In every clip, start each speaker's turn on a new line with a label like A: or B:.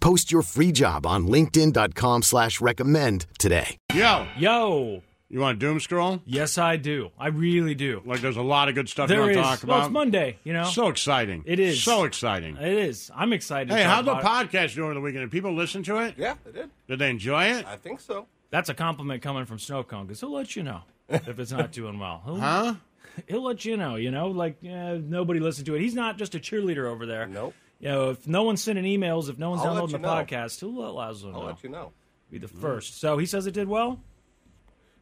A: Post your free job on linkedin.com slash recommend today.
B: Yo,
C: Yo,
B: you want to doom scroll?
C: yes, I do. I really do.
B: Like, there's a lot of good stuff you
C: There
B: want
C: is.
B: to talk
C: well,
B: about.
C: it's Monday, you know.
B: So exciting!
C: It is.
B: so exciting.
C: it is. I'm excited. to
B: hey,
C: talk
B: how'd the
C: about it.
B: podcast do over the weekend? Did people listen to it?
D: Yeah, they did.
B: Did they enjoy it?
D: I think so.
C: That's a compliment coming from Snow Cone because he'll let you know if it's not doing well. He'll, huh? He'll let you know. You know, like eh, nobody listened to it. He's not just a cheerleader over there.
D: Nope.
C: You know, if no one's sending emails, if no one's
D: I'll let
C: downloading the
D: you know.
C: podcast, he'll let Lazo
D: I'll
C: know.
D: let you know.
C: Be the first. So he says it did well.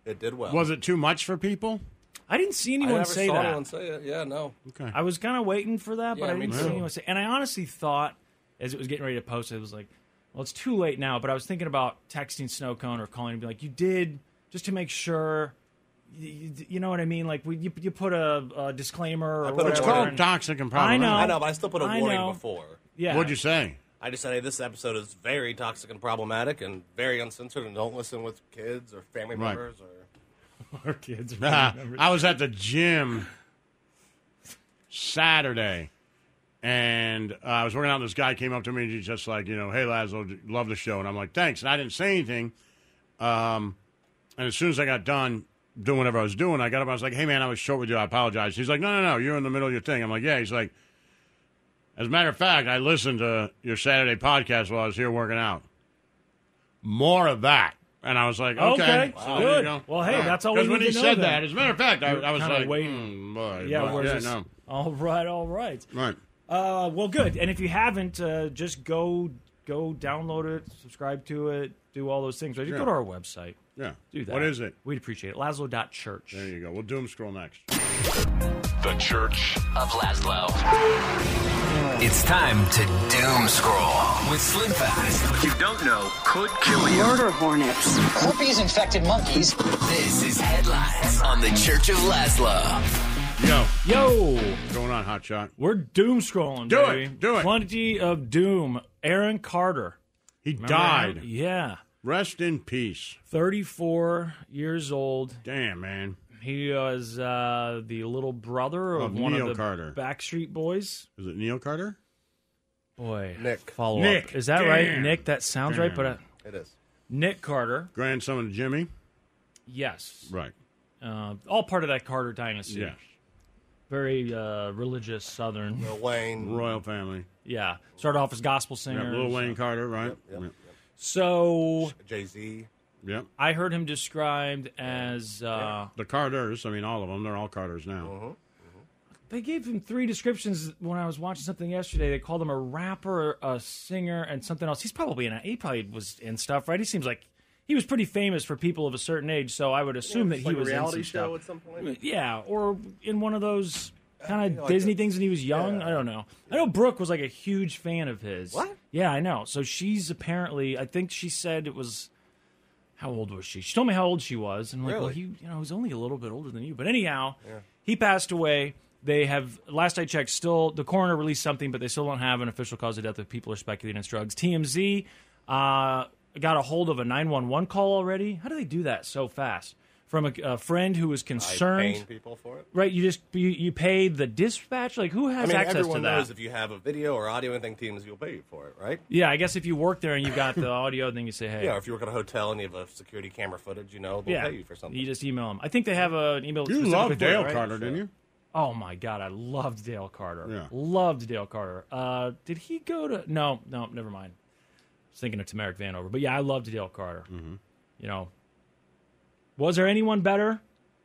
D: It did well.
B: Was it too much for people?
C: I didn't see
D: I
C: anyone
D: never
C: say
D: saw
C: that. Um,
D: anyone say it. Yeah, no.
C: I was kind of waiting for that, but
D: Yeah,
C: I
D: me
C: didn't see
D: too.
C: anyone say. And I honestly thought, as it was getting ready to post, it it was like, well, it's too late now. But I was thinking about texting Snow Cone or calling and be like, you did just to make sure. You, you, you know what I mean? Like we, you, you put a, a disclaimer. Or
D: I put a
C: whatever,
B: It's
D: warning.
B: called
C: and-
B: toxic and
C: I
B: problematic.
C: know.
D: I know, but I still put a
C: I
D: warning
C: know.
D: before.
C: Yeah.
B: What'd you say?
D: I just said, hey, this episode is very toxic and problematic and very uncensored, and don't listen with kids or family
B: Right.
D: members or.
C: Our kids. are-
B: Ah, I was at the gym Saturday, and uh, I was working out. and This guy came up to me and he's just like, you know, hey, Lazo, love the show. And I'm like, thanks. And I didn't say anything. Um, and as soon as I got done doing whatever I was doing, I got up. I was like, hey, man, I was short with you. I apologize. He's like, no, no, no. You're in the middle of your thing. I'm like, yeah. He's like, as a matter of fact, I listened to your Saturday podcast while I was here working out. More of that. And I was like, okay.
C: Okay,
B: so there you
C: good.
B: go.
C: Well, hey, that's all we
B: Because when
C: need
B: he
C: to know
B: said
C: then.
B: that, as a matter of fact, I,
C: You're
B: I was
C: kinda
B: like,
C: waiting.
B: hmm, boy,
C: Yeah,
B: boy,
C: we're
B: yeah,
C: just-
B: no.
C: All right, all right.
B: right.
C: Uh, well, good. And if you haven't, uh, just go go download it, subscribe to it, do all those things. Right? Just
B: Yeah.
C: go to our website.
B: Yeah.
C: Do that.
B: What is it?
C: We'd appreciate it. Lazlo.church.
B: There you go. We'll doom scroll next.
E: The Church of Laszlo. It's time to doom scroll with Slim Fast. You don't know could kill you.
F: murder hornets.
G: Herpes infected monkeys.
E: This is headlines on the Church of Laszlo.
B: Yo,
C: Yo,
B: what's going on, Hot Shot?
C: we're doom scrolling.
B: Do it,
C: baby.
B: do it.
C: Plenty of doom. Aaron Carter
B: He
C: Remember
B: died.
C: him? Yeah,
B: Rest in peace.
C: thirty-four years old.
B: Damn, man.
C: He was uh, the little brother of,
B: Of
C: one
B: Neil
C: of the
B: Carter.
C: Backstreet Boys.
B: Is it Neil Carter?
C: Boy,
D: Nick.
C: follow
B: Nick,
C: up. Is that right,
B: damn.
C: Nick? That sounds right, but uh,
D: It is.
C: Nick Carter.
B: Grandson of Jimmy?
C: Yes,
B: Right.
C: uh, all part of that Carter dynasty.
B: Yes.
C: Very uh, religious Southern.
D: Lil Wayne.
B: Royal family.
C: Yeah, started off as gospel
B: Yeah,
C: singer.
B: Lil Wayne Carter, right? Yep. Yep.
C: So
D: Jay Z.
C: I heard him described as uh,
B: The Carters, I mean, all of them, they're all Carters now.
C: They gave him three descriptions when I was watching something yesterday. They called him a rapper, a singer, and something else. He's probably in. A, he probably was in stuff, right? He seems like he was pretty famous for people of a certain age. So I would assume that he
D: like
C: was
D: a reality
C: in some
D: show
C: stuff. Mm,
D: at some point. Uh,
C: Yeah, or in one of those kind of
D: know, like
C: Disney
D: a-
C: things when he was young. I don't know. I know Brooke was like a huge fan of his.
D: What?
C: Yeah, I know. So she's apparently. I think she said it was. How old was she? She told me how old she was, and I'm like, well, he,
D: Really?
C: you know, he's only a little bit older than you. But anyhow, he passed away. They have last I checked, still the coroner released something, but they still don't have an official cause of death. That people are speculating it's drugs. TMZ uh, got a hold of a 911 call already. How do they do that so fast? From a, a friend who was
D: I
C: concerned
D: paying people for it.
C: right? You just you, you pay the dispatch. Like who
D: I
C: has
D: mean,
C: access to
D: everyone
C: that?
D: knows if you have a video or audio, anything, teams, you'll pay for it, right?
C: yeah, I guess if you work there and you got the audio, then you say, hey,
D: Yeah, or if you work at a hotel and you have a security camera footage, you know, they'll
C: yeah.
D: pay you for something.
C: You just email them. I think they have an email.
B: You
C: specifically for
B: loved
C: it,
B: Dale
C: right?
B: Carter, didn't you?
C: Oh my god, I loved Dale Carter.
B: Yeah.
C: Loved Dale Carter. Uh, did he go to? No, no, never
B: Mm-hmm.
C: mind. I was thinking of Tamarick Vanover, but yeah, I loved Dale Carter. You know, Was there anyone better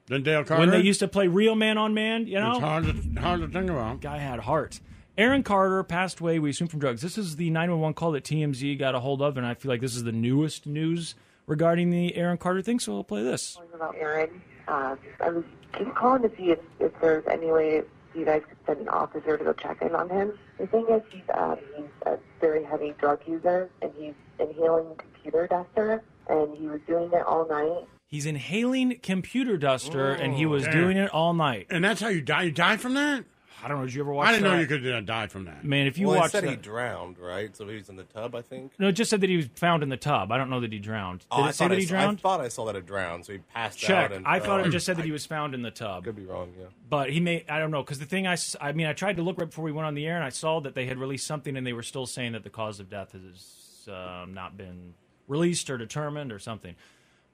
B: Then Dale Carter.
C: when they used to play real man on man? You know,
B: It's hard to, hard to think about.
C: guy had heart. Aaron Carter passed away, we assume, from drugs. This is the 911 call that TMZ got a hold of, and I feel like this is the newest news regarding the Aaron Carter thing, so we'll play this.
F: about Aaron. Um, I was just calling to see if, if there's any way you guys could send an officer to go check in on him. The thing is, he's, um, he's a very heavy drug user, and he's inhaling computer duster, and he was doing it all night.
C: He's inhaling computer duster, and he
B: Oh,
C: was doing it all night.
B: And that's how you die. You die from that?
C: I don't know. Did you ever watch
B: I didn't know
C: that?
B: you could uh, die from that.
C: Man, if you
D: well, he
C: watch
D: said
C: that.
D: he drowned, right? So he was in the tub, I think.
C: no, it just said that he was found in the tub. I don't know that he drowned. Did
D: Oh, I
C: it say
D: thought
C: that
D: I
C: he
D: s- I
C: drowned?
D: thought I saw that it drowned, so he passed
C: Check.
D: out. And,
C: I thought
D: fell.
C: it just said that he was found in the tub.
D: Could be wrong, yeah.
C: but he may i don't know because the thing I, s- I mean i tried to look right before we went on the air and i saw that they had released something and they were still saying that the cause of death has um, not been released or determined or something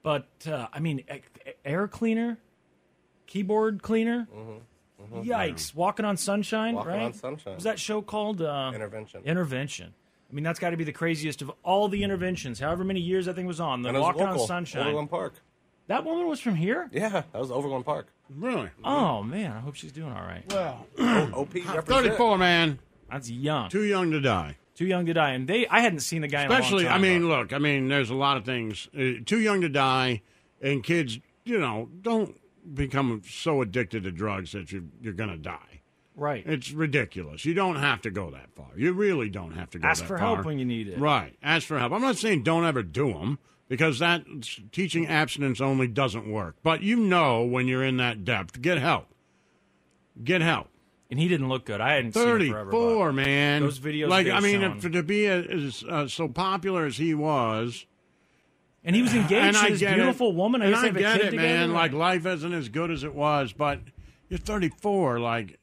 C: but uh, i mean a- a- air cleaner keyboard cleaner yikes walking on sunshine
D: Mm-hmm. Walking
C: right
D: on Sunshine.
C: was that show called uh,
D: Intervention.
C: intervention i mean that's got to be the craziest of all the interventions however many years that thing was on the
D: And it was
C: walking
D: local,
C: on sunshine
D: Overland Park.
C: that woman was from here
D: Yeah, that was Overland Park.
B: Really?
C: oh man i hope she's doing all right
B: Well,
D: OP represent.
B: 34, man.
C: that's young
B: Too young to die.
C: Too young to die, and they I hadn't seen the guy.
B: Especially,
C: in a long
B: I
C: time,
B: mean,
C: though.
B: look, I mean, there's a lot of things. Uh, too young to die, and kids, you know, don't become so addicted to drugs that you, you're going to die.
C: right?
B: It's ridiculous. You don't have to go that far. You really don't have to go
C: Ask
B: that
C: for
B: far.
C: help when you need it.
B: Right. Ask for help. I'm not saying don't ever do them because that teaching abstinence only doesn't work. But you know when you're in that depth, get help. Get help.
C: And he didn't look good. I hadn't seen him forever. but-
B: 34, man.
C: Those videos
B: Like,
C: they've
B: I mean,
C: shown.
B: if, to be as, uh, so popular as he was,
C: And he was engaged
B: and I
C: to this
B: get
C: beautiful
B: it.
C: woman. I
B: and
C: guess
B: I
C: they
B: get
C: have a kid
B: it,
C: together.
B: man. Like life isn't as good as it was, but you're 34. Like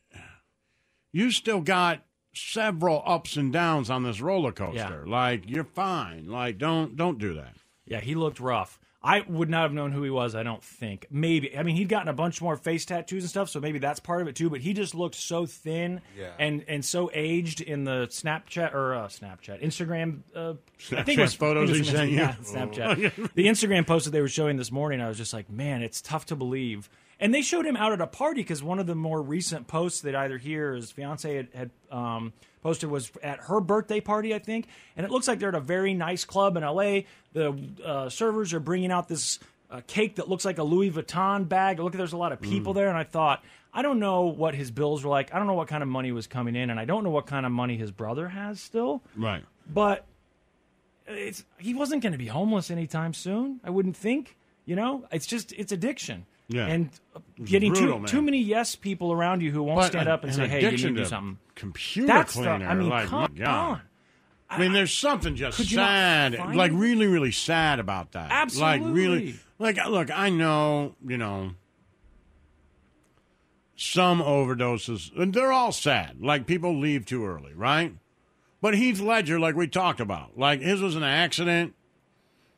B: you still got several ups and downs on this roller coaster. Like you're fine. Like don't don't do that.
C: yeah, he looked rough. I would not have known who he was. I don't think. Maybe. I mean, he'd gotten a bunch more face tattoos and stuff, so maybe that's part of it too. But he just looked so thin
D: Yeah.
C: and and so aged in the Snapchat or uh, Snapchat Instagram. Uh, I
B: Snapchat
C: think it was
B: photos
C: I think it was-
B: he sent you?
C: yeah, Snapchat. the Instagram post that they were showing this morning, I was just like, man, it's tough to believe. And they showed him out at a party because one of the more recent posts that either he or his fiance had, had um, posted was at her birthday party, I think. And it looks like they're at a very nice club in LA. The uh, servers are bringing out this uh, cake that looks like a Louis Vuitton bag. Look, there's a lot of people there. And I thought, I don't know what his bills were like. I don't know what kind of money was coming in. And I don't know what kind of money his brother has still
B: Right.
C: but it's he wasn't going to be homeless anytime soon. I wouldn't think. You know, it's just it's addiction.
B: Yeah.
C: and getting
B: brutal,
C: too
B: man.
C: too many yes people around you who won't stand up and say, "Hey, you need to
B: addiction
C: do something."
B: Computer
C: That's the.
B: cleaner.
C: I mean,
B: like, my
C: come
B: God.
C: on.
B: I mean, there's something just
C: Could you not
B: sad,
C: find
B: like
C: it?
B: really, really sad about that. Like really,
C: Absolutely.
B: like look, I know, you know, some overdoses, and they're all sad. Like people leave too early, right? But Heath Ledger, like we talked about, like his was an accident.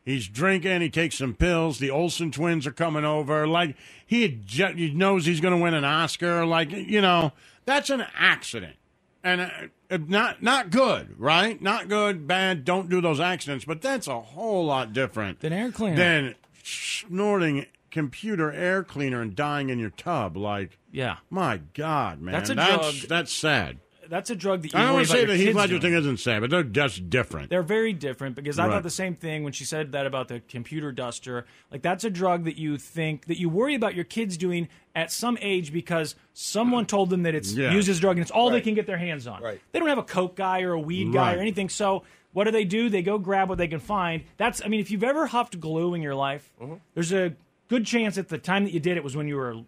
B: He's drinking. He takes some pills. The Olsen twins are coming over. Like he, had ju- he knows he's going to win an Oscar. Like you know, that's an accident, and uh, uh, not not good, right? Not good, bad. Don't do those accidents. But that's a whole lot different
C: Than air cleaner.
B: than snorting computer air cleaner and dying in your tub. Like
C: Yeah,
B: my God, man,
C: That's a
B: that's,
C: drug.
B: that's sad.
C: that's a drug that you
B: I don't
C: worry
B: want to say
C: about
B: the
C: your
B: Heath
C: kids
B: Ledger
C: doing.
B: thing isn't sad, but they're just different.
C: They're very different because I
B: Right.
C: thought the same thing when she said that about the computer duster. Like that's a drug that you think that you worry about your kids doing at some age because someone told them that it's
B: Yeah.
C: used as a drug and it's all they
D: Right.
C: can get their hands on.
D: Right.
C: They don't have a coke guy or a weed guy or
B: Right.
C: anything. So what do they do? They go grab what they can find. That's I mean, if you've ever huffed glue in your life,
B: Mm-hmm.
C: there's a good chance at the time that you did it was when you were a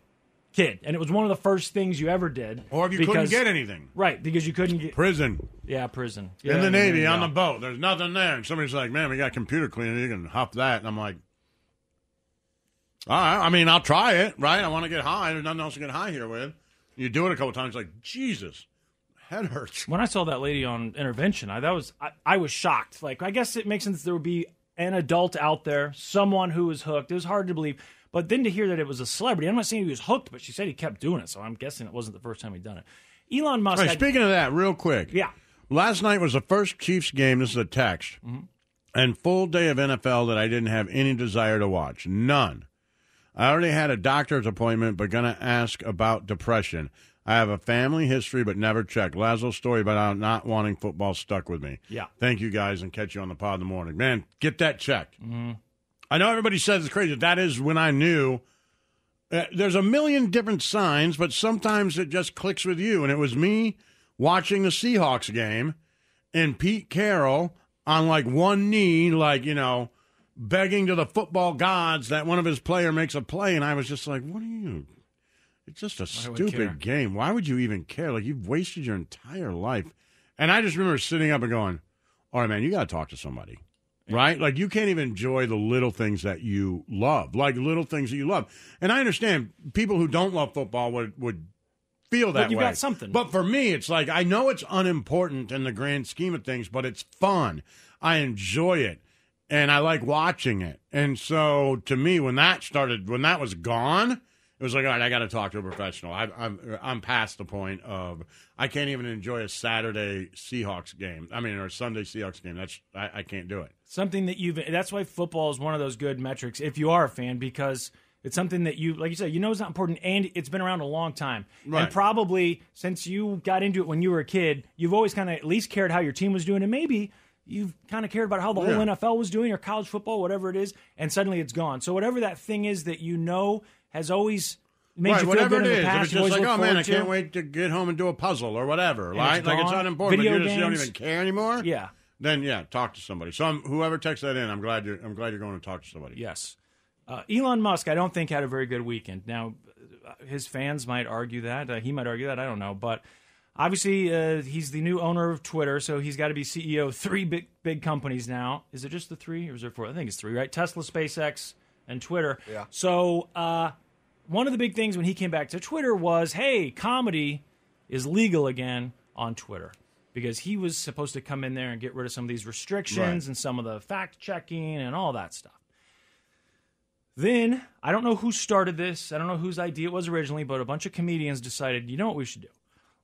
C: kid and it was one of the first things you ever did.
B: or if you couldn't
C: because-
B: get anything,
C: Right, because you couldn't get
B: prison.
C: yeah prison
B: in
C: Yeah,
B: the
C: there
B: Navy
C: you
B: on
C: go.
B: the boat. There's nothing there. And somebody's like, man, we got computer cleaner. You can hop that. And I'm like, all right. I mean, I'll try it, right? I want to get high. There's nothing else to get high here with. You do it a couple times, like, Jesus, head hurts.
C: when I saw that lady on intervention, I that was I, I was shocked. Like I guess it makes sense there would be an adult out there, someone who was hooked. It was hard to believe. But then to hear that it was a celebrity, I'm not saying he was hooked, but she said he kept doing it, so I'm guessing it wasn't the first time he'd done it. Elon Musk
B: All right,
C: had-
B: speaking of that, real quick.
C: Yeah.
B: Last night was the first Chiefs game. This is a text. And full day of NFL that I didn't have any desire to watch. None. I already had a doctor's appointment, but gonna ask about depression. I have a family history, but never checked. Lazo's story about not wanting football stuck with me.
C: Yeah.
B: Thank you guys, and catch you on the pod in the morning. Man, get that checked.
C: Mhm.
B: I know everybody says it's crazy. That is when I knew. Uh, there's a million different signs, but sometimes it just clicks with you. And it was me watching the Seahawks game and Pete Carroll on like one knee, like, you know, begging to the football gods that one of his player makes a play. And I was just like, what are you? It's just a
C: Why would I care?
B: stupid game. Why would you even care? Like, you've wasted your entire life. And I just remember sitting up and going, all right, man, you got to talk to somebody. Right? Like, you can't even enjoy the little things that you love, like little things that you love. And I understand people who don't love football would, would feel that
C: But you
B: way.
C: got something.
B: But for me, it's like, I know it's unimportant in the grand scheme of things, but it's fun. I enjoy it and I like watching it. And so to me, when that started, when that was gone, it was like, all right, I got to talk to a professional. I, I'm I'm past the point of I can't even enjoy a Saturday Seahawks game. I mean, or a Sunday Seahawks game. That's I, I can't do it.
C: something that you've that's why football is one of those good metrics if you are a fan because it's something that you like you said you know it's not important and it's been around a long time
B: Right.
C: and probably since you got into it when you were a kid you've always kind of at least cared how your team was doing and maybe you've kind of cared about how the
B: Yeah.
C: whole NFL was doing or college football whatever it is and suddenly it's gone so whatever that thing is that you know has always made
B: right,
C: you feel
B: whatever
C: good
B: it
C: in
B: is.
C: the
B: If
C: past
B: it's
C: you've
B: just like,
C: always
B: oh
C: looked
B: man, I
C: forward
B: can't
C: to.
B: wait to get home and do a puzzle or whatever. Right?
C: it's
B: like it's
C: gone.
B: not important.
C: Video
B: but you just don't
C: games.
B: even care anymore.
C: yeah
B: Then yeah, talk to somebody. So I'm, whoever texts that in, I'm glad you're I'm glad you're going to talk to somebody.
C: Yes. Uh, Elon Musk, I don't think, had a very good weekend. Now, uh, his fans might argue that. Uh, he might argue that. I don't know. But obviously, uh, he's the new owner of Twitter, so he's got to be CEO of three big, big companies now. Is it just the three or is there four? I think it's three, right? Tesla, SpaceX, and Twitter. Yeah. So, uh, one of the big things when he came back to Twitter was hey, comedy is legal again on Twitter. Because he was supposed to come in there and get rid of some of these restrictions
B: Right.
C: and some of the fact checking and all that stuff. Then I don't know who started this. I don't know whose idea it was originally, but a bunch of comedians decided, you know what we should do?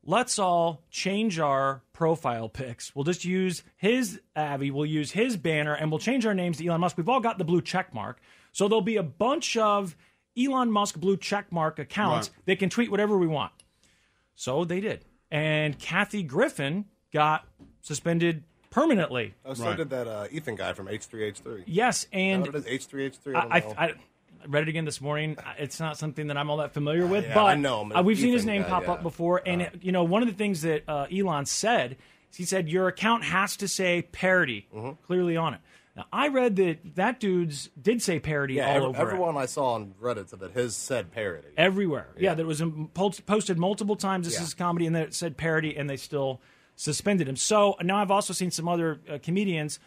C: Let's all change our profile pics. We'll just use his Abby. We'll use his banner, and we'll change our names to Elon Musk. We've all got the blue check mark, so there'll be a bunch of Elon Musk blue check mark accounts
B: Right.
C: that can tweet whatever we want. So they did, and Kathy Griffin got suspended permanently.
D: Oh, so
B: Right.
D: did that uh, Ethan guy from H3H3.
C: Yes, and
D: what is H3H3? I, don't
C: I,
D: know.
C: I, I read it again this morning. I- It's not something that I'm all that familiar with,
D: yeah,
C: but
D: I know him.
C: uh, we've seen his
D: Ethan
C: name
D: guy,
C: pop
D: yeah. Uh-huh.
C: up before. And it, you know, one of the things that uh, Elon said, is he said your account has to say parody
D: Mm-hmm.
C: clearly on it. Now I read that that dude's did say parody
D: yeah,
C: all
D: ev-
C: over it.
D: everyone I saw on Reddit said that his said parody.
C: everywhere. Yeah, that was um, pol- posted multiple times. This
D: Yeah.
C: is comedy, and then it said parody, and they still suspended him. So uh, now I've also seen some other uh, comedians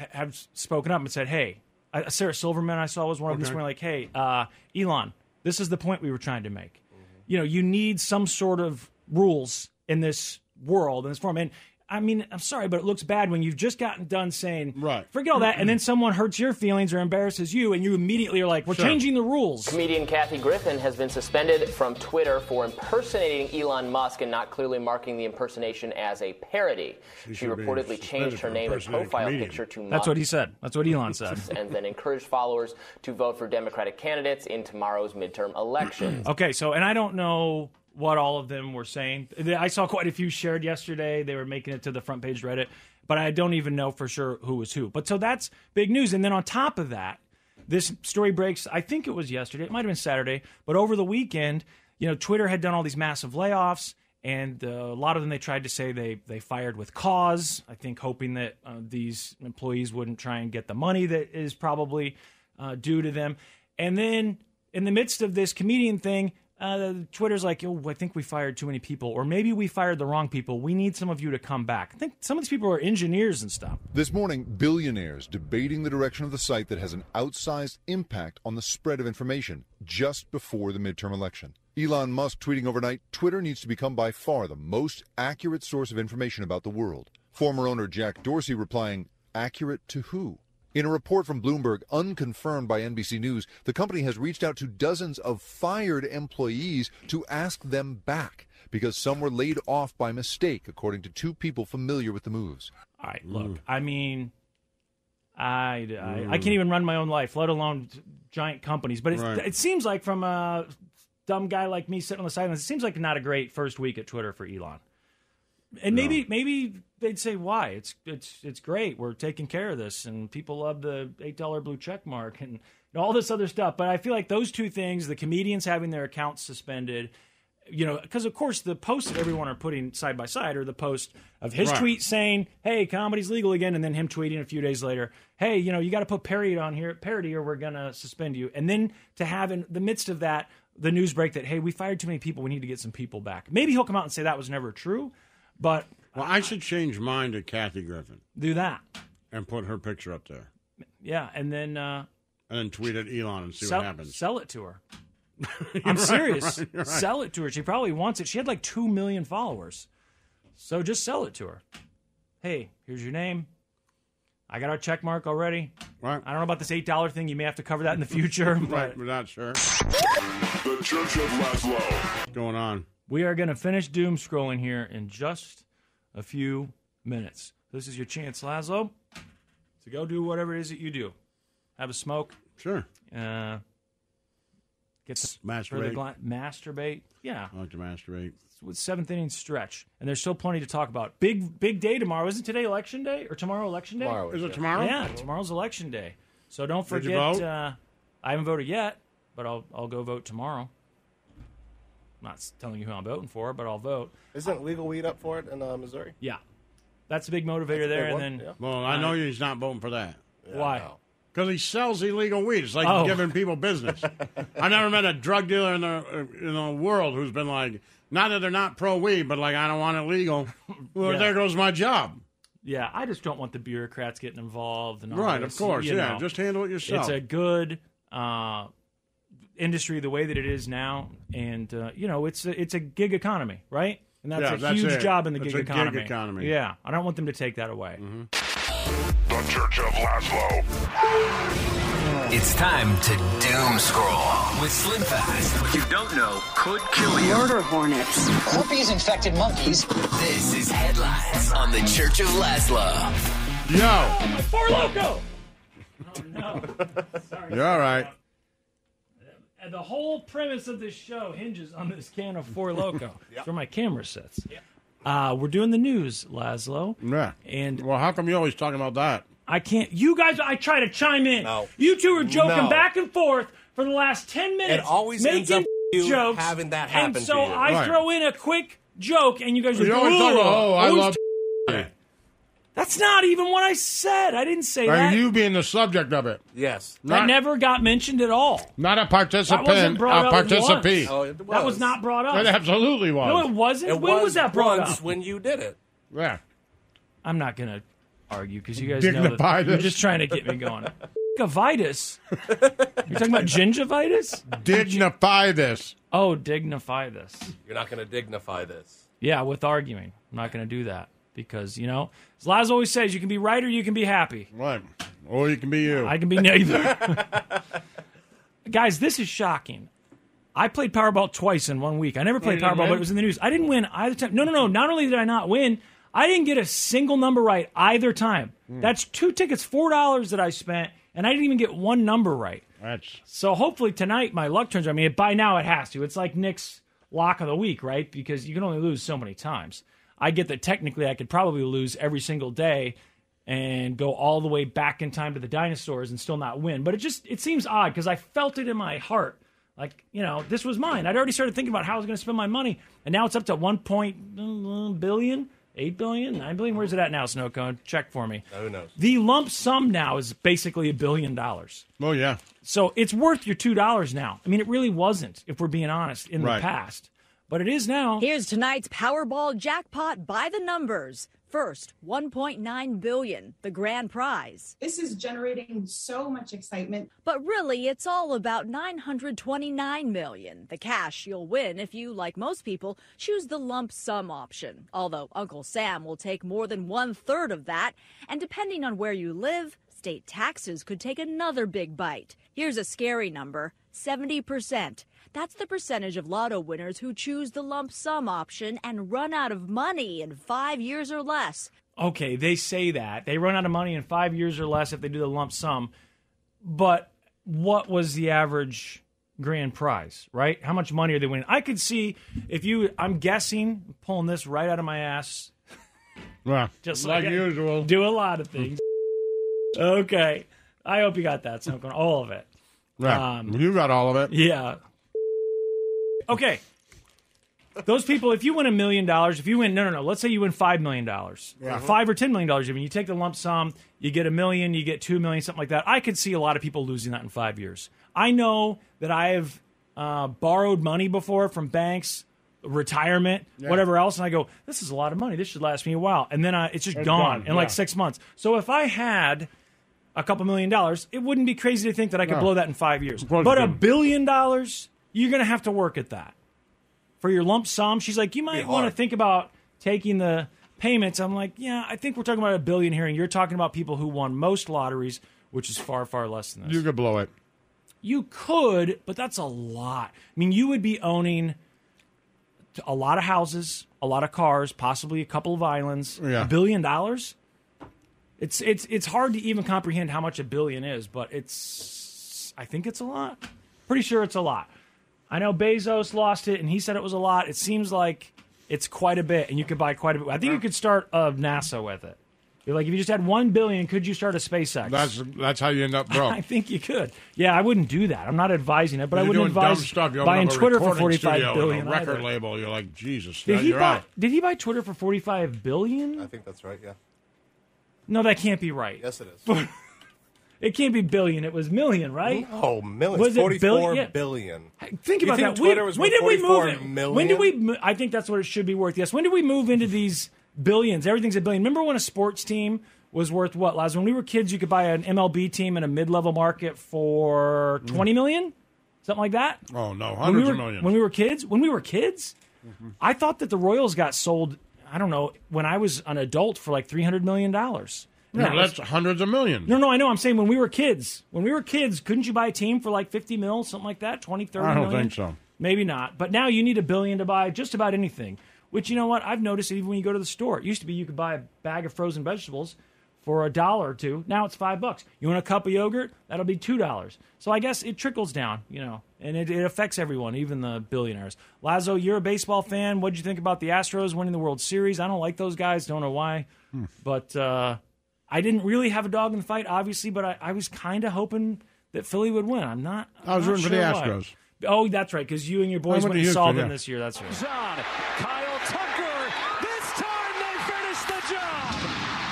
C: ha- have spoken up and said, "Hey, I, Sarah Silverman, I saw was one of them. This morning, like, hey, uh, Elon, this is the point we were trying to make. You know, you need some sort of rules in this world in this form." And I mean, I'm sorry, but it looks bad when you've just gotten done saying,
B: Right.
C: forget all that, and then someone hurts your feelings or embarrasses you, and you immediately are like, we're
B: Sure.
C: changing the rules.
H: Comedian Kathy Griffin has been suspended from Twitter for impersonating Elon Musk and not clearly marking the impersonation as a parody. She,
B: should be
H: reportedly
B: suspended
H: changed
B: for
H: her name and
B: impersonating a
H: profile
B: comedian.
H: picture to
C: That's
H: Musk
C: what he said. That's what Elon said.
H: and then encouraged followers to vote for Democratic candidates in tomorrow's midterm elections.
C: Okay, so and I don't know what all of them were saying. Th- I saw quite a few shared yesterday. They were making it to the front page Reddit, but I don't even know for sure who was who. But so that's big news. And then on top of that, this story breaks. I think it was yesterday. It might have been Saturday, but over the weekend, you know, Twitter had done all these massive layoffs. And uh, a lot of them, they tried to say they, they fired with cause. I think hoping that uh, these employees wouldn't try and get the money that is probably uh, due to them. And then in the midst of this comedian thing, uh, Twitter's like, oh, I think we fired too many people, or maybe we fired the wrong people. We need some of you to come back. I think some of these people are engineers and stuff.
I: This morning, billionaires debating the direction of the site that has an outsized impact on the spread of information just before the midterm election. Elon Musk tweeting overnight Twitter needs to become by far the most accurate source of information about the world. Former owner Jack Dorsey replying, accurate to who? In a report from Bloomberg, unconfirmed by NBC News, the company has reached out to dozens of fired employees to ask them back because some were laid off by mistake, according to two people familiar with the moves.
C: All right, look, I mean, I- I, I, I can't even run my own life, let alone giant companies. But it,
J: Right.
C: it seems like from a dumb guy like me sitting on the sidelines, it seems like not a great first week at Twitter for Elon. And maybe maybe they'd say why it's it's it's great. We're taking care of this, and people love the eight dollar blue check mark and all this other stuff. But I feel like those two things, the comedians having their accounts suspended. You know, because of course the posts that everyone are putting side by side are the post of his
K: Right.
C: tweet saying, "Hey, comedy's legal again," and then him tweeting a few days later, "Hey, you know, you got to put parody on here, parody, or we're gonna suspend you." And then to have in the midst of that the news break that, "Hey, we fired too many people. We need to get some people back." Maybe he'll come out and say that was never true, but
B: well, I should change mine to Kathy Griffin
C: do that.
B: and put her picture up there,
C: Yeah, and then uh,
B: and then tweet at Elon and see
C: sell,
B: what happens.
C: sell it to her. I'm serious.
B: right, you're right.
C: Sell it to her. She probably wants it. She had like two million followers, so just sell it to her. Hey, here's your name. I got our check mark already.
B: Right.
C: I don't know about this eight dollar thing. You may have to cover that in the future. But
B: right, we're not sure.
L: The Church of Laszlo.
B: What's going on?
C: We are going to finish doom scrolling here in just a few minutes. This is your chance, Laszlo, to go do whatever it is that you do. Have a smoke.
B: Sure.
C: Uh, get some
B: Masturbate.
C: gla- masturbate. Yeah.
B: I like to masturbate.
C: With seventh inning stretch, and there's still plenty to talk about. Big big day tomorrow. Isn't today election day or tomorrow election day?
B: Tomorrow is, Is it yeah. tomorrow?
C: Yeah, tomorrow's election day. So don't
B: Did you
C: forget.
B: vote?
C: Uh, I haven't voted yet, but I'll I'll go vote tomorrow. I'm not s- telling you who I'm voting for, but I'll vote.
D: Isn't legal weed up for it in uh, Missouri?
C: Yeah, that's a big motivator
D: big
C: there.
D: one,
C: and then
D: yeah.
B: Well, I know he's not voting for that.
C: Why?
B: Because he sells illegal weed. It's like
C: Oh.
B: giving people business. I've never met a drug dealer in the uh, in the world who's been like, not that they're not pro weed, but like I don't want it legal. Well,
C: Yeah.
B: there goes my job.
C: Yeah, I just don't want the bureaucrats getting involved. And all
B: Right, of
C: this,
B: course,
C: Oh, you
B: yeah,
C: know.
B: just handle it yourself.
C: It's a good uh, industry the way that it is now, and uh, you know, it's a, it's a gig economy, right? And that's
B: Yeah,
C: a
B: that's
C: huge
B: it.
C: job in the
B: It's
C: gig
B: a gig
C: economy.
B: economy.
C: Yeah, I don't want them to take that away.
L: The Church of Laszlo.
E: It's time to doom scroll with Slim Fast. What you don't know could kill you.
G: Murder hornets. Herpes infected monkeys.
E: This is headlines on the Church of Laszlo.
B: Yo,
C: Four Loco.
B: you're all right.
C: The whole premise of this show hinges on this can of Four Loco. That's where my camera sits. Uh, we're doing the news, Laszlo.
B: Yeah.
C: And
B: well, how come you always talking about that?
C: I can't. You guys, I try to chime in. You two are joking
B: No.
C: back and forth for the last ten minutes.
D: always
C: making
D: ends up you
C: jokes,
D: having that happen
C: And so
D: to you.
C: I
D: Right.
C: throw in a quick joke, and you guys are
B: You always
C: "Ooh,
B: talk about, oh, I
C: who's
B: love.
C: t-" That's not even what I said. I didn't say
B: Are
C: that.
B: you being the subject of it?
D: Yes.
C: that
B: Not,
C: never got mentioned at all.
B: not a
C: That wasn't
B: participant, a
C: brought up
B: participate.
C: once.
D: Oh,
C: That was not brought up.
B: It absolutely was.
C: No, it wasn't.
B: It
C: when was,
B: was
C: that brought
B: once
C: up?
D: when you did it.
B: Yeah.
C: I'm not gonna argue because you guys know
B: Dignify
C: that you're
B: this.
C: just trying to get me going. Gingivitis. You're talking about gingivitis?
B: Dignify this.
C: Oh, dignify this.
D: You're not going to dignify this.
C: Yeah, with arguing. I'm not going to do that because, you know, as Laz always says, you can be right or you can be happy.
B: Right. Or you can be you.
C: I can be neither. Guys, this is shocking. I played Powerball twice in one week. I never played
K: you didn't
C: Powerball, but
K: win?
C: it was in the news. I didn't win either time. No, no, no. Not only did I not win, I didn't get a single number right either time. That's two tickets, $4 that I spent, and I didn't even get one number right.
B: That's
C: So hopefully tonight my luck turns. I mean, by now it has to. It's like Nick's lock of the week, right? Because you can only lose so many times. I get that technically I could probably lose every single day and go all the way back in time to the dinosaurs and still not win. But it just it seems odd because I felt it in my heart. Like, you know, this was mine. I'd already started thinking about how I was going to spend my money. And now it's up to 1.8 billion, 8 billion, 9 billion. Where's it at now, Snow Cone? Check for me.
D: Oh, Who knows?
C: The lump sum now is basically a billion dollars.
B: Oh yeah.
C: So it's worth your two dollars now. I mean, it really wasn't, if we're being honest, in
M: Right.
C: the past, but it is now.
M: Here's tonight's Powerball jackpot by the numbers. First, 1.9 billion, the grand prize. This is generating so much excitement. But Uh, really, it's all about 929 million, the cash you'll win if you, like most people, choose the lump sum option. Although Uncle Sam will take more than one third of that, and depending on where you live, state taxes could take another big bite. Here's a scary number 70%. That's the percentage of lotto winners who choose the lump sum option and run out of money in five years or less.
C: okay, they say that they run out of money in five years or less if they do the lump sum. But what was the average grand prize, right? How much money are they winning? I could see if you, I'm guessing, pulling this right out of my ass,
B: Well,
C: just
B: like
C: I
B: usual.
C: do a lot of things. okay, I hope you got that, Snowcone, all of it.
B: Yeah,
C: Um,
B: you got all of it.
C: Yeah. Okay. Those people, if you win a million dollars, if you win, no, no, no, let's say you win five million dollars,
B: Yeah.
C: five or ten million dollars, even you take the lump sum, you get a million, you get two million, something like that. I could see a lot of people losing that in five years. I know that I have uh, borrowed money before from banks, retirement,
B: Yeah.
C: whatever else, and I go, this is a lot of money. This should last me a while, and then I, it's just
B: It's
C: gone
B: gone,
C: in like
B: yeah.
C: six months. So if I had a couple million dollars, it wouldn't be crazy to think that I could
B: No.
C: blow that in five years.
B: course
C: But
B: you
C: a
B: couldn't.
C: billion dollars, you're going to have to work at that for your lump sum. She's like, you might want to
D: hard.
C: think about taking the payments. I'm like, yeah, I think we're talking about a billion here, and you're talking about people who won most lotteries, which is far, far less than this.
B: You could blow it.
C: You could, but that's a lot. I mean, you would be owning t- a lot of houses, a lot of cars, possibly a couple of islands.
B: Yeah.
C: A billion dollars? It's it's it's hard to even comprehend how much a billion is, but it's I think it's a lot. Pretty sure it's a lot. I know Bezos lost it and he said it was a lot. It seems like it's quite a bit and you could buy quite a bit. I think you
B: Uh-huh.
C: could start uh, NASA with it. You're like if you just had 1 billion, could you start a SpaceX?
B: That's that's how you end up broke.
C: I think you could. Yeah, I wouldn't do that. I'm not advising it, but I
B: You're doing
C: wouldn't
B: dumb
C: advise
B: stuff. You open
C: buying
B: up a
C: Twitter for
B: recording
C: 45
B: studio
C: billion.
B: and a record
C: either.
B: label. You're like Jesus.
C: Did
B: now
C: he
B: you're
C: buy?
B: out.
C: Did he buy Twitter for 45 billion?
D: I think that's right. Yeah.
C: No, that can't be right.
D: Uh, Yes, it is.
C: It can't be billion. It was million, right?
D: Oh, millions.
C: Was it
D: 44
C: billion? Yeah.
D: billion.
C: Think
D: You
C: about
D: think
C: that.
D: Twitter
C: we,
D: was
C: when
D: worth
C: did we move
D: 44
C: it?
D: million?
C: When did we? mo- I think that's what it should be worth. Yes. When did we move into these billions? Everything's a billion. Remember when a sports team was worth what? Laz? When we were kids, you could buy an MLB team in a mid-level market for
D: Mm.
C: 20 million, something like that.
B: Oh no,
C: when we
B: hundreds
C: were
B: of millions.
C: when we were kids. When we were kids, I thought that the Royals got sold. I don't know when I was an adult for like 300 million dollars.
B: No, that's hundreds of millions.
C: No, no, I know. I'm saying when we were kids, when we were kids, couldn't you buy a team for like 50 mil, something like that? 20, 30
B: I don't
C: million?
B: think so.
C: Maybe not. But now you need a billion to buy just about anything, which you know what? I've noticed even when you go to the store, it used to be you could buy a bag of frozen vegetables for a dollar or two. Now it's five bucks. You want a cup of yogurt? That'll be two dollars. So I guess it trickles down, you know, and it, it affects everyone, even the billionaires. Lazo, you're a baseball fan. What'd you think about the Astros winning the World Series? I don't like those guys. Don't know why.
B: Hmm.
C: But uh, I didn't really have a dog in the fight, obviously, but I, I was kind of hoping that Philly would win. I'm not. i
B: I was rooting for the
C: Astros.
B: Astros.
C: Oh, that's right, because you and your boys
B: went
C: went
B: to
C: and
B: Houston,
C: saw them
B: yeah.
C: this year. That's right.
J: On Kyle Tucker. This time they finish the job.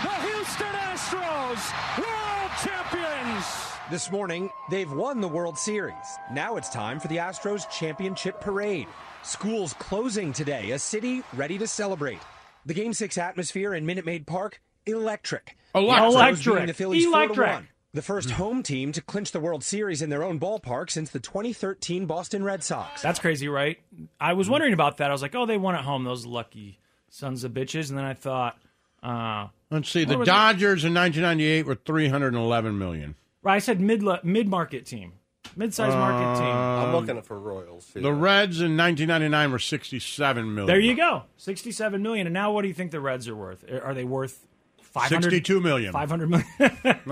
J: The Houston Astros, world champions.
K: This morning, they've won the World Series. Now it's time for the Astros championship parade. Schools closing today, a city ready to celebrate. The Game 6 atmosphere in Minute Maid Park, electric.
C: Electric.
K: The Astros beating The
C: Electric.
K: Phillies
C: Electric.
K: 4-1. The first home team to clinch the World Series in their own ballpark since the 2013 Boston Red Sox.
C: That's crazy, right? I
B: Mm-hmm.
C: was wondering about that. I was like, oh, they won at home, those lucky sons of bitches. And then I thought, uh,
B: Let's see. The
C: What was it?
B: Dodgers in 1998 were 311 million.
C: right, I said mid mid market team, mid sized market team.
B: Um,
D: for Royals.
B: The Reds in 1999 were 67 million.
C: There you go, sixty-seven million. And now, what do you think the Reds are worth? Are are they worth five hundred?
B: 62 million.
C: Five hundred million.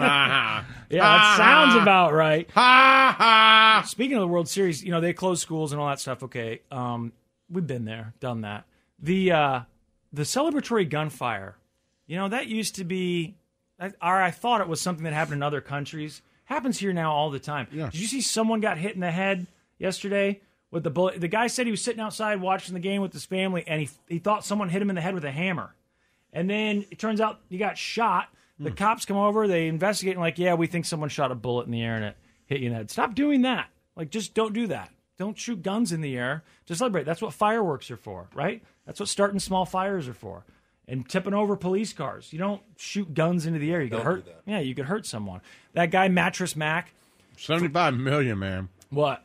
B: Ah.
C: Yeah, that
B: Ah.
C: sounds about right.
B: Ha ha.
C: Speaking of the World Series, you know they closed schools and all that stuff. Okay, um, we've been there, done that. The uh, the celebratory gunfire, you know that used to be, I- or I thought it was something that happened in other countries. Happens here now all the time. Did you see someone got hit in the head yesterday with the bullet? The guy said he was sitting outside watching the game with his family, and he he thought someone hit him in the head with a hammer. And then it turns out you got shot.
B: Hmm.
C: The cops come over, they investigate, and like, yeah, we think someone shot a bullet in the air and it hit you in the head. Stop doing that. Like, just don't do that. Don't shoot guns in the air to celebrate. That's what fireworks are for, right? That's what starting small fires are for. And tipping over police cars. You don't shoot guns into the air. You could
B: Don't
C: hurt.
B: do that.
C: Yeah, you could hurt someone. That guy, Mattress Mac.
B: 75 million, man.
C: What?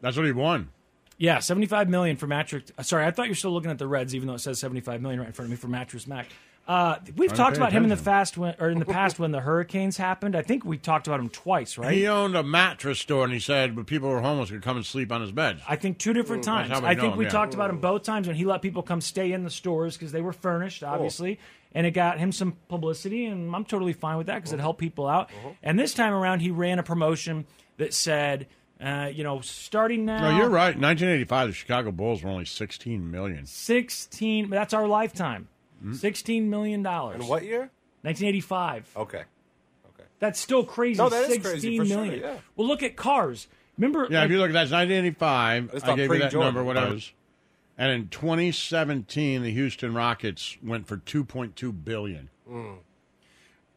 B: That's what he won.
C: Yeah, seventy-five million for mattress. uh, Sorry, I thought you were still looking at the Reds, even though it says seventy-five million right in front of me for mattress Mac. Uh, we've
B: I'm
C: talked
B: paying
C: about him in the
B: attention.
C: fast when, or in the past when the hurricanes happened. I think we talked about him twice, right?
B: He owned a mattress store, and he said, "But people who are homeless could come and sleep on his bed."
C: I think two different times. I think we talked about him both times when he let people come stay in the stores because they were furnished, obviously, and it got him some publicity. And I'm totally fine with that because it
B: Uh-huh.
C: helped people out. And this time around, he ran a promotion that said, uh, you know, starting now.
B: No, you're right. 1985, the Chicago Bulls were only 16 million.
C: Sixteen. That's our lifetime.
B: Mm-hmm.
C: Sixteen million dollars.
B: In what
D: year?
C: 1985.
D: Okay.
C: That's still crazy.
D: No, that is
C: 16
D: crazy, for sure,
C: million.
D: yeah.
C: Well, look at cars. Remember?
B: Yeah,
C: like,
B: if you look at that, it's 1985.
D: That's
B: I
D: not
B: gave you that
D: pre-Jordan,
B: number, what it
D: right?
B: was. And in 2017, the Houston Rockets went for 2.2 billion.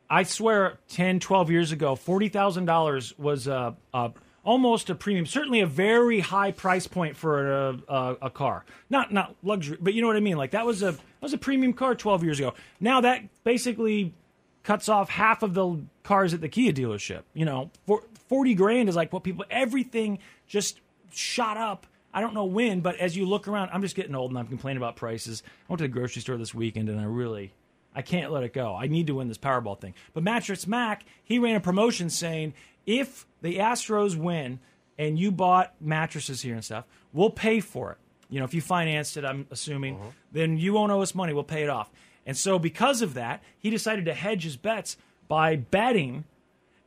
C: I swear 10, 12 years ago, $40,000 was uh, uh, almost a premium, certainly a very high price point for a, a, a car. Not not luxury, but you know what I mean? Like that was a that was a premium car 12 years ago. Now that basically cuts off half of the cars at the Kia dealership. You know, for, 40 grand is like what people everything just shot up. I don't know when, but as you look around, I'm just getting old and I'm complaining about prices. I went to the grocery store this weekend and I really I can't let it go. I need to win this Powerball thing. But Mattress Mac, he ran a promotion saying if the Astros win and you bought mattresses here and stuff, we'll pay for it. You know, if you financed it, I'm assuming, then you won't owe us money. We'll pay it off. And so because of that, he decided to hedge his bets by betting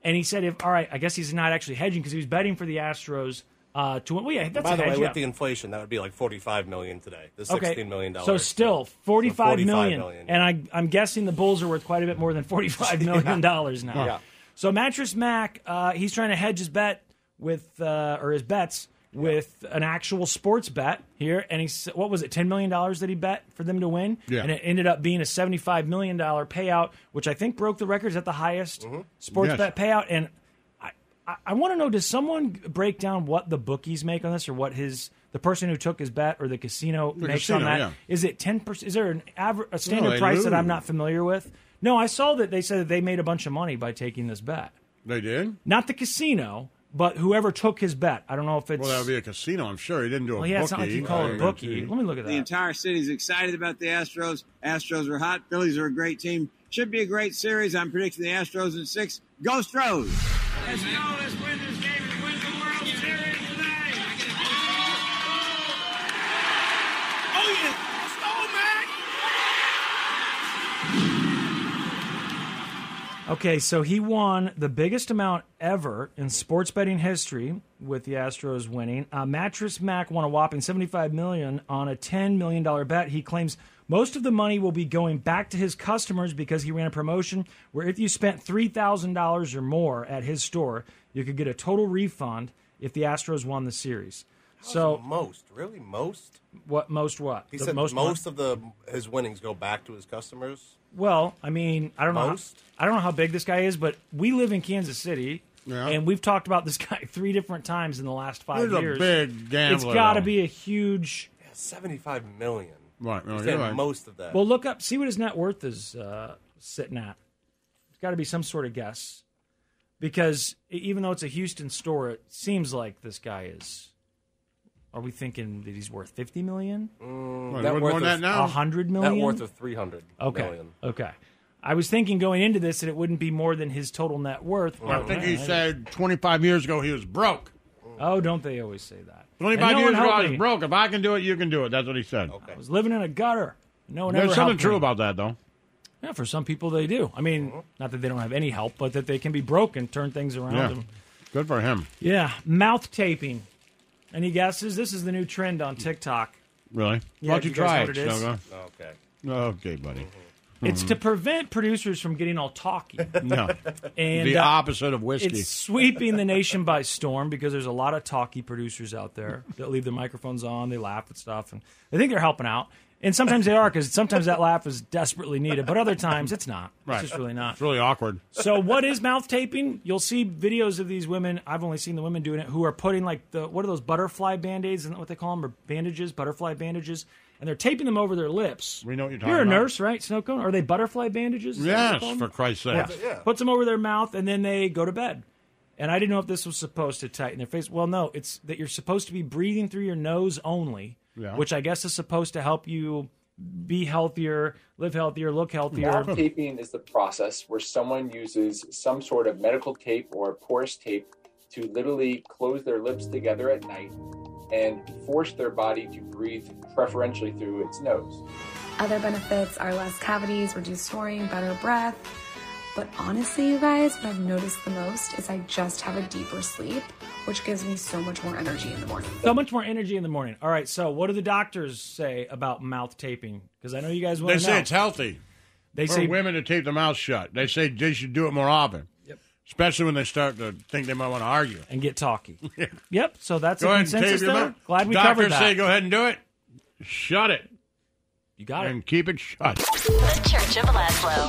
C: and he said, "If all right, I guess he's not actually hedging because he was betting for the Astros uh, to win." Well, yeah, that's
D: By
C: a
D: the
C: hedge,
D: way,
C: yeah.
D: with the inflation, that would be like forty-five million today. The sixteen million
C: So
D: dollars.
C: still forty-five
D: So $45
C: million,
D: million,
C: and I, I'm guessing the Bulls are worth quite a bit more than forty-five million dollars now.
D: Yeah.
C: So mattress Mac, uh, he's trying to hedge his bet with uh, or his bets with an actual sports bet here, and he s- what was it, ten million dollars that he bet for them to win,
B: Yeah.
C: and it ended up being a seventy-five million dollar payout, which I think broke the records at the highest
D: Mm-hmm.
C: sports
B: Yes.
C: bet payout, and I, I want to know: Does someone break down what the bookies make on this, or what his the person who took his bet or the casino
B: The
C: makes on
B: casino,
C: that?
B: yeah.
C: Is it ten percent? Is there an average a standard
B: they
C: price that I'm
B: lose.
C: not familiar with? No, I saw that they said that they made a bunch of money by taking this bet.
B: They did?
C: Not the casino, but whoever took his bet. I don't know if it's.
B: Well, that would be a casino, I'm sure. He didn't do a
C: Well,
B: bookie. Uh,
C: yeah, it's not like you call it a bookie. Let me look at
N: The
C: that.
N: entire city's excited about the Astros. Astros are hot. Phillies are a great team. Should be a great series. I'm predicting the Astros in six. Go Stros!
J: Let's go. Let's win this game and win the World Series tonight. Oh, yeah. Oh, man.
C: Okay, so he won the biggest amount ever in sports betting history with the Astros winning. Uh, Mattress Mac won a whopping seventy-five million on a ten million dollar bet. He claims most of the money will be going back to his customers because he ran a promotion where if you spent three thousand dollars or more at his store, you could get a total refund if the Astros won the series. so
D: most really most.
C: what most what
D: He
C: The
D: said most,
C: money?
D: of the his winnings go back to his customers.
C: Well, I mean, I don't
D: Most?
C: know. How, I don't know how big this guy is, but we live in Kansas City, and we've talked about this guy three different times in the last five
B: He's a
C: years.
B: big gambler,
C: It's got to
B: though.
C: be a huge.
D: Seventy-five million.
B: Right,
D: He
B: right,
D: said
B: you're right.
D: most of that.
C: Well, look up, see what his net worth is uh, sitting at. It's got to be some sort of guess, because e- even though it's a Houston store, it seems like this guy is. Are we thinking that he's worth fifty million?
B: Mm.
D: Well, net worth worth of- that now.
C: hundred
D: Net
C: million.
D: worth of 300
C: Okay.
D: million.
C: Okay. I was thinking going into this that it wouldn't be more than his total net worth.
B: I
C: but-
B: think he said 25 years ago he was broke.
C: Oh, don't they always say that? And
B: 25
C: no one
B: years ago
C: helped
B: I was
C: me.
B: broke. If I can do it, you can do it. That's what he said.
D: Okay.
C: I was living in a gutter. No one ever
B: There's something
C: helped
B: true
C: me.
B: about Uh-huh. that, though.
C: Yeah, for some people they do. I mean, not that they don't have any help, but that they can be broken, turn things around.
B: Yeah.
C: and-
B: Good for him.
C: yeah. Mouth taping. Any guesses? This is the new trend on TikTok.
B: Really?
C: Yeah,
B: Why don't
C: do
B: you,
C: you guys
B: try
C: know
B: it,
C: what it is?
B: Snugga?
D: Okay.
B: Okay, buddy.
C: It's
B: Mm-hmm.
C: to prevent producers from getting all talky.
B: No.
C: and
B: The
C: uh,
B: opposite of whiskey.
C: It's sweeping the nation by storm because there's a lot of talky producers out there that leave their microphones on, they laugh at stuff, and they think they're helping out. And sometimes they are because sometimes that laugh is desperately needed, but other times it's not.
B: Right.
C: It's just really not.
B: It's really awkward.
C: So what is mouth taping? You'll see videos of these women. I've only seen the women doing it who are putting like the what are those butterfly band-aids? Isn't that what they call them? Or bandages, butterfly bandages, and they're taping them over their lips. We know what
B: you're
C: You're a
B: talking about.
C: nurse, right? Snow cone? Are they butterfly bandages? Is that what they
B: Yes,
C: call them?
B: for Christ's sake.
C: Puts them over their mouth and then they go to bed. And I didn't know if this was supposed to tighten their face. Well, no, it's that you're supposed to be breathing through your nose only,
B: Yeah.
C: which I guess is supposed to help you be healthier, live healthier, look healthier.
O: Now taping is the process where someone uses some sort of medical tape or porous tape to literally close their lips together at night and force their body to breathe preferentially through its nose.
F: Other benefits are less cavities, reduced snoring, better breath. But honestly, you guys, what I've noticed the most is I just have a deeper sleep, which gives me so much more energy in the morning.
C: So much more energy in the morning. All right, so what do the doctors say about mouth taping? Because I know you guys want
B: They
C: to know.
B: say it's healthy.
C: They
B: for
C: say-
B: women to tape their mouth shut. They say they should do it more often.
C: Yep.
B: Especially when they start to think they might want to argue
C: and get talky. Yep. So that's
B: go
C: a
B: ahead and tape
C: consensus
B: your
C: there.
B: mouth.
C: Glad we
B: Doctors
C: covered that.
B: say go ahead and do it. Shut it.
C: You got
B: it. And keep it shut.
P: The Church of Laszlo.